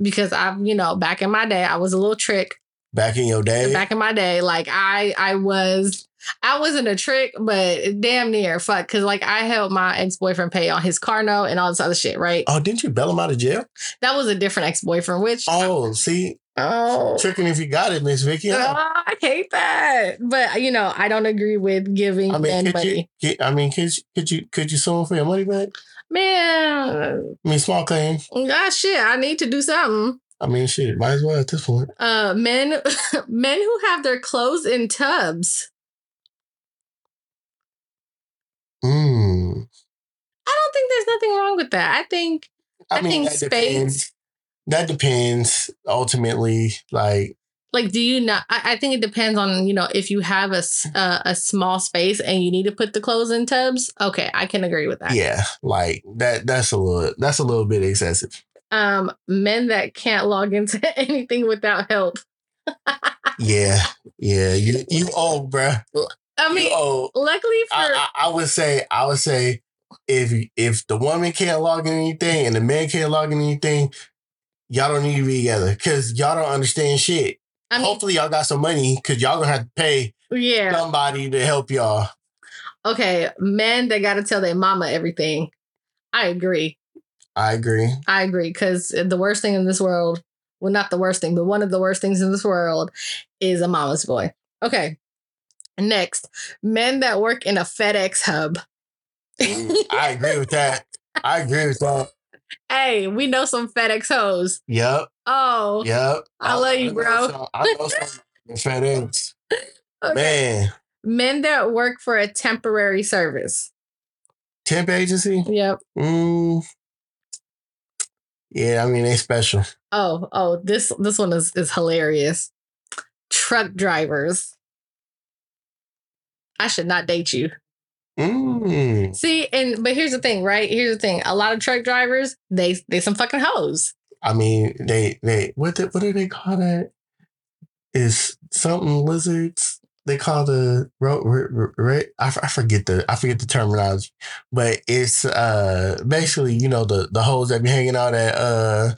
Speaker 2: because I've, you know, back in my day, I was a little trick.
Speaker 3: Back in your day,
Speaker 2: Back in my day, like I, I was, I wasn't a trick, but damn near fuck. Cause like I helped my ex boyfriend pay on his car note and all this other shit, right?
Speaker 3: Oh, didn't you bail him out of jail?
Speaker 2: That was a different ex boyfriend, which
Speaker 3: Oh, see,
Speaker 2: oh,
Speaker 3: tricking if you got it, Miss Vicky.
Speaker 2: Oh, I hate that. But uh, you know, I don't agree with giving
Speaker 3: I mean,
Speaker 2: men
Speaker 3: could
Speaker 2: money.
Speaker 3: you, could- I mean, could you, could you, could you sue him for your money back?
Speaker 2: Man,
Speaker 3: I mean, small claim.
Speaker 2: gosh, shit, I need to do something.
Speaker 3: I mean, shit, might as well at this point.
Speaker 2: Uh, men, men who have their clothes in tubs.
Speaker 3: Mm.
Speaker 2: I don't think there's nothing wrong with that. I think, I, think
Speaker 3: that
Speaker 2: space.
Speaker 3: depends. That depends. Ultimately, like
Speaker 2: Like, do you not? I, I think it depends on you know if you have a s- uh, a small space and you need to put the clothes in tubs. Okay, I can agree with that.
Speaker 3: yeah, like that. That's a little. That's a little bit excessive.
Speaker 2: Um, men that can't log into anything without help.
Speaker 3: Yeah, yeah. You you old, bruh.
Speaker 2: I mean,
Speaker 3: You old.
Speaker 2: luckily for
Speaker 3: Oh, I, I, I would say I would say if if the woman can't log in anything and the man can't log in anything, y'all don't need to be together because y'all don't understand shit.
Speaker 2: I mean-
Speaker 3: Hopefully y'all got some money because y'all gonna have to pay
Speaker 2: yeah.
Speaker 3: somebody to help y'all.
Speaker 2: Okay, men that got to tell their mama everything. I agree.
Speaker 3: I agree.
Speaker 2: I agree because the worst thing in this world, well, not the worst thing, but one of the worst things in this world is a mama's boy. Okay, next, men that work in a FedEx hub.
Speaker 3: I agree with that. I agree with that.
Speaker 2: Hey, we know some FedEx hoes.
Speaker 3: Yep.
Speaker 2: Oh,
Speaker 3: Yep.
Speaker 2: I love you, bro.
Speaker 3: know some- I know some FedEx.
Speaker 2: Okay.
Speaker 3: Man,
Speaker 2: Men that work for a temporary service.
Speaker 3: temp agency.
Speaker 2: Yep.
Speaker 3: Mm. Yeah, I mean they special.
Speaker 2: Oh, oh, this this one is is hilarious. Truck drivers. I should not date you.
Speaker 3: Mm.
Speaker 2: See, and but here's the thing, right? Here's the thing. A lot of truck drivers, they they some fucking hoes.
Speaker 3: I mean, they they what the, what do they call that? Is something lizards? They call the ro- ro- ro- ro- I, f- I forget the I forget the terminology, but it's uh basically you know the the hoes that be hanging out at uh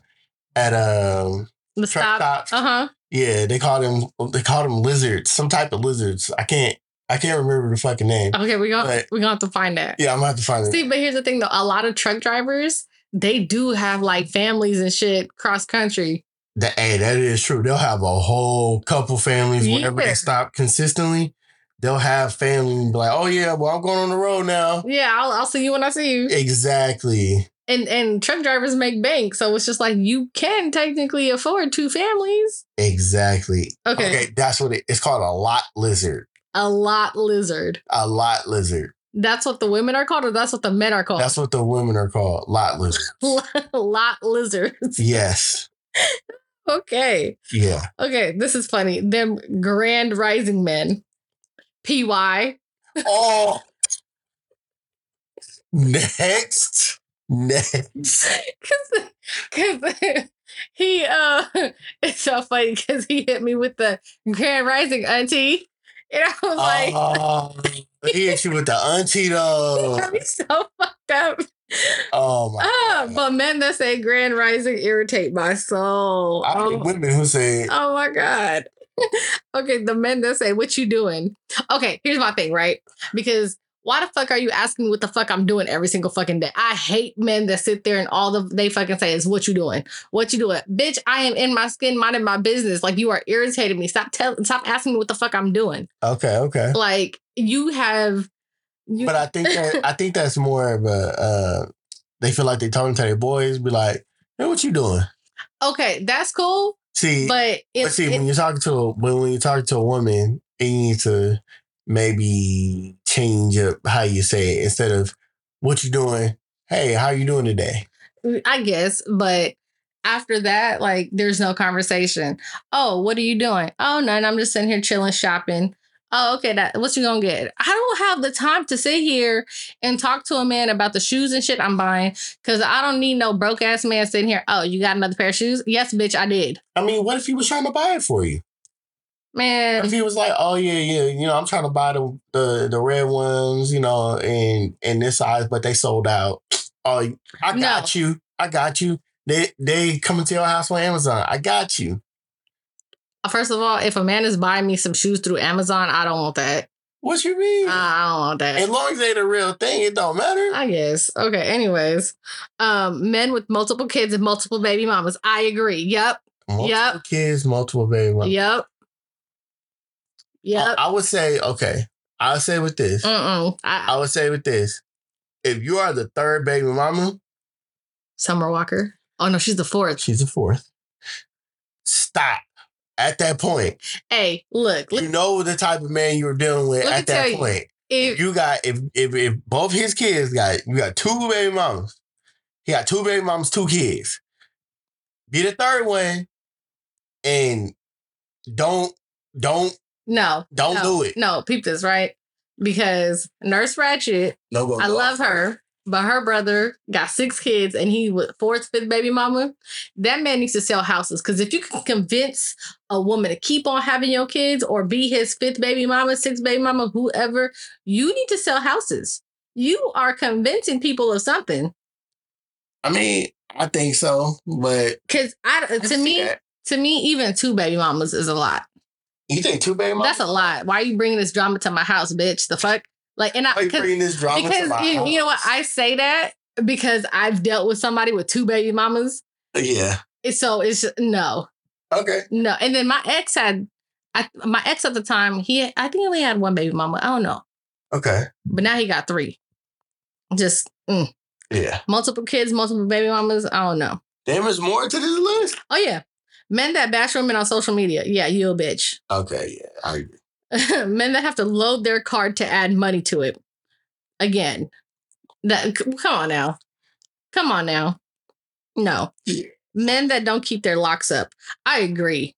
Speaker 3: at um
Speaker 2: The
Speaker 3: Truck
Speaker 2: stop.
Speaker 3: stops.
Speaker 2: Uh huh.
Speaker 3: yeah they call them they call them lizards some type of lizards I can't I can't remember the fucking name
Speaker 2: Okay, we gonna
Speaker 3: Right.
Speaker 2: we gonna have to find that.
Speaker 3: yeah I'm gonna have to find it
Speaker 2: Uh, See, but here's the thing though. A lot of truck drivers, they do have like families and shit cross country.
Speaker 3: that hey that is true they'll have a whole couple families whenever
Speaker 2: Yeah.
Speaker 3: they stop consistently they'll have family and be like oh yeah well I'm going on the road now
Speaker 2: Yeah, I'll I'll see you when I see you.
Speaker 3: Exactly.
Speaker 2: And and truck drivers make bank, so it's just like you can technically afford two families.
Speaker 3: Exactly.
Speaker 2: Okay.
Speaker 3: that's what it, it's called a lot lizard.
Speaker 2: A lot lizard.
Speaker 3: A lot lizard.
Speaker 2: That's what the women are called, or that's what the men are called.
Speaker 3: That's what the women are called. Lot lizard.
Speaker 2: lot lizards.
Speaker 3: yes.
Speaker 2: Okay.
Speaker 3: Yeah.
Speaker 2: Okay, this is funny. Them grand rising men. PY.
Speaker 3: Oh. Next. Next.
Speaker 2: Cause, 'cause he uh it's so funny because he hit me with the grand rising auntie and i was like
Speaker 3: Oh, he hit you with the auntie though.
Speaker 2: I'm so fucked up
Speaker 3: Oh my!
Speaker 2: Ah, but men that say grand rising irritate my soul
Speaker 3: I
Speaker 2: oh,
Speaker 3: hate women who say,
Speaker 2: oh my god okay the men that say what you doing okay here's my thing right because why the fuck are you asking me what the fuck I'm doing every single fucking day? I hate men that sit there and all the they fucking say is what you doing, what you doing, bitch. I am in my skin, minding my business. Like you are irritating me. Stop telling, stop asking me what the fuck I'm doing.
Speaker 3: "Okay, okay."
Speaker 2: Like you have, Oh. you,
Speaker 3: But I think that I think that's more of a uh, they feel like they talking to their boys, be like, "Man, what you doing?"
Speaker 2: okay, that's cool.
Speaker 3: See, but,
Speaker 2: But it's
Speaker 3: see, when you're talking to a, when when you talk to a woman, you need to maybe change up how you say it instead of "What you doing?" Hey, how you doing today?
Speaker 2: Mm, I guess, but after that, like there's no conversation. Oh, what are you doing? Oh, none. I'm just sitting here chilling, shopping. Oh, okay. That what you gonna get? I don't have the time to sit here and talk to a man about the shoes and shit I'm buying because I don't need no broke ass man sitting here. Oh, you got another pair of shoes? Yes, bitch, I did.
Speaker 3: I mean, what if he was trying to buy it for you?
Speaker 2: Man,
Speaker 3: If he was like, "Oh yeah, yeah, you know, I'm trying to buy the the, the red ones, you know, and in this size, but they sold out. Oh, I got you, I got you. They they coming to your house on Amazon. I got you.
Speaker 2: first of all, if a man is buying me some shoes through Amazon, I don't want that.
Speaker 3: What you mean?
Speaker 2: I don't want that.
Speaker 3: as long as they the real thing, it don't matter.
Speaker 2: Uh, I guess. Okay. Anyways, um, men with multiple kids and multiple baby mamas. I agree. Yep.
Speaker 3: Multiple
Speaker 2: Yep.
Speaker 3: kids, multiple baby. mothers.
Speaker 2: Yep. Yep.
Speaker 3: I, I would say okay. I'll say with this.
Speaker 2: Mm-mm. I,
Speaker 3: I would say with this. If you are the third baby mama,
Speaker 2: Summer Walker. Oh no, she's the fourth.
Speaker 3: she's the fourth. Stop at that point.
Speaker 2: Hey, look.
Speaker 3: you know the type of man you were dealing with
Speaker 2: Let me
Speaker 3: at that
Speaker 2: tell you,
Speaker 3: point.
Speaker 2: If,
Speaker 3: You got if if if both his kids got you got two baby mamas. He got two baby mamas, two kids. Be the third one, and don't don't
Speaker 2: no,
Speaker 3: Don't
Speaker 2: no,
Speaker 3: do it.
Speaker 2: No, peep this right because Nurse Ratchet.
Speaker 3: no go.
Speaker 2: I
Speaker 3: go.
Speaker 2: love her, but her brother got six kids and he was fourth, fifth baby mama. That man needs to sell houses because if you can convince a woman to keep on having your kids or be his fifth baby mama, sixth baby mama, whoever, you need to sell houses. You are convincing people of something.
Speaker 3: I mean, I think so, but
Speaker 2: Cause I uh, to me, to me, even two baby mamas is a lot.
Speaker 3: you think two baby mamas?
Speaker 2: That's a lot. Why are you bringing this drama to my house, bitch? The fuck? Like, and I
Speaker 3: Why you
Speaker 2: 'cause-
Speaker 3: bringing this drama to
Speaker 2: because
Speaker 3: my
Speaker 2: you, you know what
Speaker 3: house?
Speaker 2: I say that because I've dealt with somebody with two baby mamas.
Speaker 3: yeah.
Speaker 2: It's- So it's just- no,
Speaker 3: Okay.
Speaker 2: no. And then my ex had, I, my ex at the time, he I think he only had one baby mama. I don't know,
Speaker 3: Okay.
Speaker 2: but now he got three. Just mm,
Speaker 3: Yeah.
Speaker 2: multiple kids, multiple baby mamas. I don't know.
Speaker 3: Damn, there's more to this list.
Speaker 2: Oh yeah, men that bash women on social media. Yeah, you a bitch.
Speaker 3: Okay. Yeah. I agree.
Speaker 2: men that have to load their card to add money to it. Again, that c- come on now, come on now. No, men that don't keep their locks up. I agree.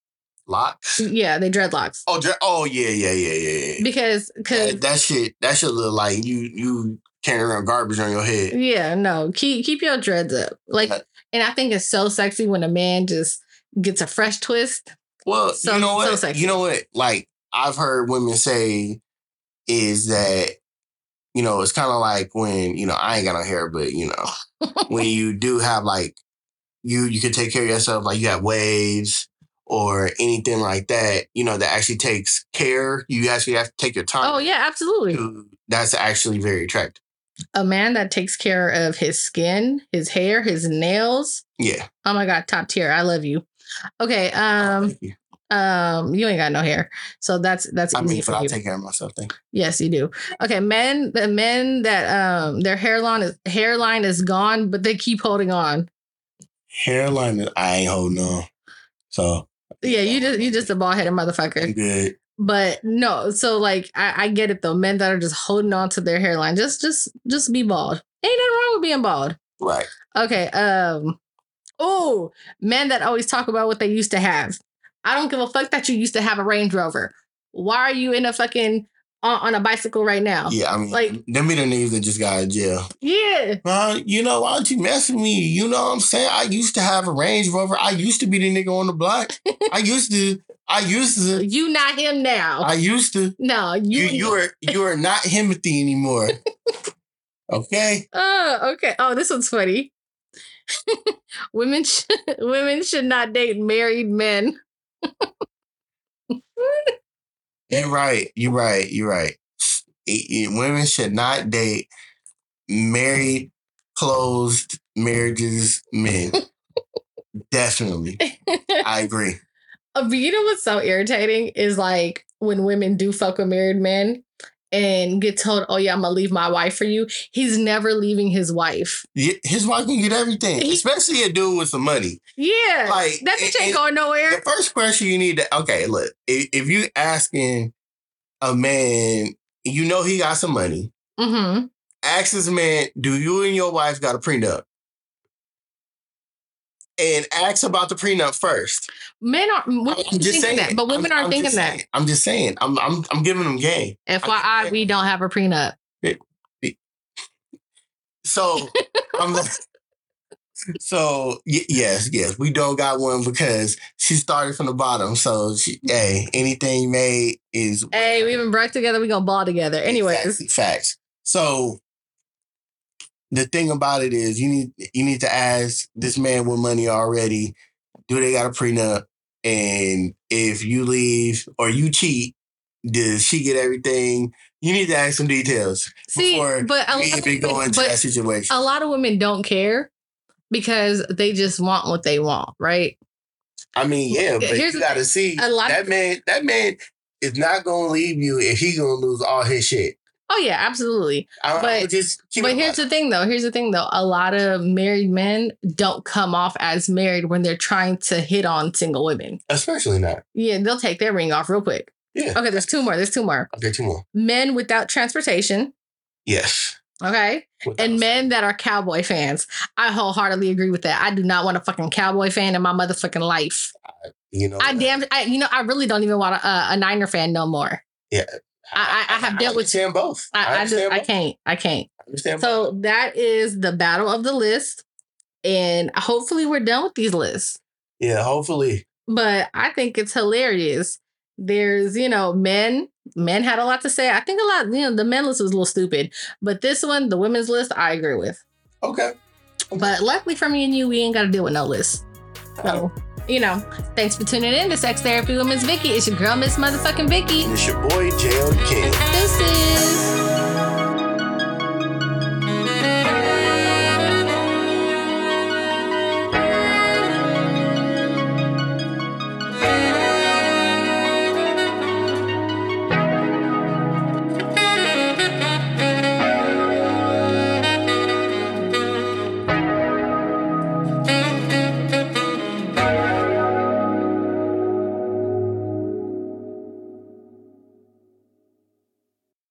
Speaker 3: Locks.
Speaker 2: Yeah, they dreadlocks
Speaker 3: Oh. dre- Oh. Yeah. Yeah. Yeah. Yeah. yeah.
Speaker 2: because because
Speaker 3: That, that shit. That shit look like you you carrying around garbage on your head.
Speaker 2: yeah no keep keep your dreads up like
Speaker 3: That-
Speaker 2: and I think it's so sexy when a man just gets a fresh twist.
Speaker 3: Well,
Speaker 2: So-
Speaker 3: you know
Speaker 2: so
Speaker 3: what?
Speaker 2: sexy.
Speaker 3: you know what? Like I've heard women say is that you know it's kind of like when you know I ain't got no hair, but you know when you do have like you you can take care of yourself, like you have waves or anything like that. You know that actually takes care. You actually have to take your time.
Speaker 2: Oh yeah, absolutely.
Speaker 3: to- that's actually very attractive.
Speaker 2: A man that takes care of his skin, his hair, his nails.
Speaker 3: Yeah.
Speaker 2: Oh my god, top tier. I love you. Okay, um
Speaker 3: Thank you.
Speaker 2: um you ain't got no hair. So that's that's
Speaker 3: I
Speaker 2: easy
Speaker 3: mean,
Speaker 2: for
Speaker 3: but I
Speaker 2: you.
Speaker 3: take care of myself. Thank you.
Speaker 2: Yes, you do. Okay, men the men that um their hairline is hairline is gone, but they keep holding on.
Speaker 3: Hairline, I ain't holding on. So
Speaker 2: Yeah, you just you just a bald headed motherfucker.
Speaker 3: I'm good.
Speaker 2: But no, so like I, I get it though. Men that are just holding on to their hairline. Just just just be bald. Ain't nothing wrong with being bald.
Speaker 3: Right.
Speaker 2: Okay, um oh men that always talk about what they used to have. I don't give a fuck that you used to have a Range Rover. Why are you in a fucking uh, on, on a bicycle right now.
Speaker 3: Yeah, I mean,
Speaker 2: Oh, like
Speaker 3: them be the niggas that just got out of jail.
Speaker 2: yeah,
Speaker 3: Uh, you know, why don't you mess with me? You know what I'm saying? I used to have a Range Rover. I used to be the nigga on the block. I used to. I used to.
Speaker 2: you not him now.
Speaker 3: I used to.
Speaker 2: no,
Speaker 3: You
Speaker 2: you.
Speaker 3: you are you are not Himothy anymore. okay.
Speaker 2: Oh, okay. Oh, this one's funny. women, sh- women should not date married men.
Speaker 3: You're right. You're right. You're right. It- it- women should not date married, closed marriages men. Definitely. I agree.
Speaker 2: Uh, but you know what's so irritating is like when women do fuck with married men and get told, "Oh yeah, I'm gonna leave my wife for you." He's never leaving his wife.
Speaker 3: Y- His wife can get everything, especially a dude with some money.
Speaker 2: Yeah,
Speaker 3: Like,
Speaker 2: that bitch
Speaker 3: it-
Speaker 2: ain't
Speaker 3: it-
Speaker 2: going
Speaker 3: The
Speaker 2: nowhere.
Speaker 3: first question you need to okay, look, if, if you asking a man, you know he got some money.
Speaker 2: Mm-hmm.
Speaker 3: Ask this man, do you and your wife got a prenup? And ask about the prenup first.
Speaker 2: Men are women
Speaker 3: I'm just
Speaker 2: thinking
Speaker 3: saying
Speaker 2: that, but women aren't
Speaker 3: I'm- I'm
Speaker 2: thinking
Speaker 3: just
Speaker 2: that.
Speaker 3: saying- I'm just saying. I'm I'm I'm giving them game.
Speaker 2: FYI, we don't have a prenup.
Speaker 3: So I'm like, so y- yes, yes, we don't got one because she started from the bottom. So she, hey, anything made is
Speaker 2: Hey, we even brought together. We gonna ball together. Anyways,
Speaker 3: Exactly, facts. So the thing about it is you need you need to ask this man with money already, do they got a prenup? And if you leave or you cheat, does she get everything? You need to ask some details
Speaker 2: see,
Speaker 3: before
Speaker 2: but a
Speaker 3: we
Speaker 2: lot,
Speaker 3: even
Speaker 2: of
Speaker 3: go
Speaker 2: women,
Speaker 3: into that
Speaker 2: but
Speaker 3: situation.
Speaker 2: a lot of women don't care because they just want what they want, right?
Speaker 3: I mean, yeah, but
Speaker 2: Here's
Speaker 3: you
Speaker 2: the
Speaker 3: gotta see
Speaker 2: A lot of-
Speaker 3: that man that man is not gonna leave you if he gonna lose all his shit.
Speaker 2: Oh yeah, absolutely.
Speaker 3: I, I
Speaker 2: But-
Speaker 3: just keep
Speaker 2: but
Speaker 3: it
Speaker 2: here's
Speaker 3: a-
Speaker 2: the thing, though. Here's the thing, though. A lot of married men don't come off as married when they're trying to hit on single women.
Speaker 3: especially not.
Speaker 2: Yeah, they'll take their ring off real quick.
Speaker 3: Yeah.
Speaker 2: Okay, there's two more. There's two more.
Speaker 3: Okay, two more.
Speaker 2: Men without transportation.
Speaker 3: Yes.
Speaker 2: Okay. and men that are cowboy fans. I wholeheartedly agree with that. I do not want a fucking cowboy fan in my motherfucking life.
Speaker 3: you know
Speaker 2: I damn, I, you know, I really don't even want a, a, a Niner fan no more.
Speaker 3: Yeah.
Speaker 2: I, I, I have dealt with
Speaker 3: understand both.
Speaker 2: I, I,
Speaker 3: understand
Speaker 2: just, I
Speaker 3: both.
Speaker 2: can't, I can't.
Speaker 3: I understand both.
Speaker 2: So that is the battle of the list, and hopefully we're done with these lists.
Speaker 3: Yeah, hopefully.
Speaker 2: But I think it's hilarious. There's, you know, men. Men had a lot to say. I think a lot, you know, the men list was a little stupid, but this one, the women's list, I agree with.
Speaker 3: Okay.
Speaker 2: But luckily for me and you, we ain't got to deal with no list. So, you know, thanks for tuning in to Sex Therapy with Miss Vicky. It's your girl, Miss Motherfucking Vicky.
Speaker 3: And it's your boy JL King.
Speaker 2: Deuces.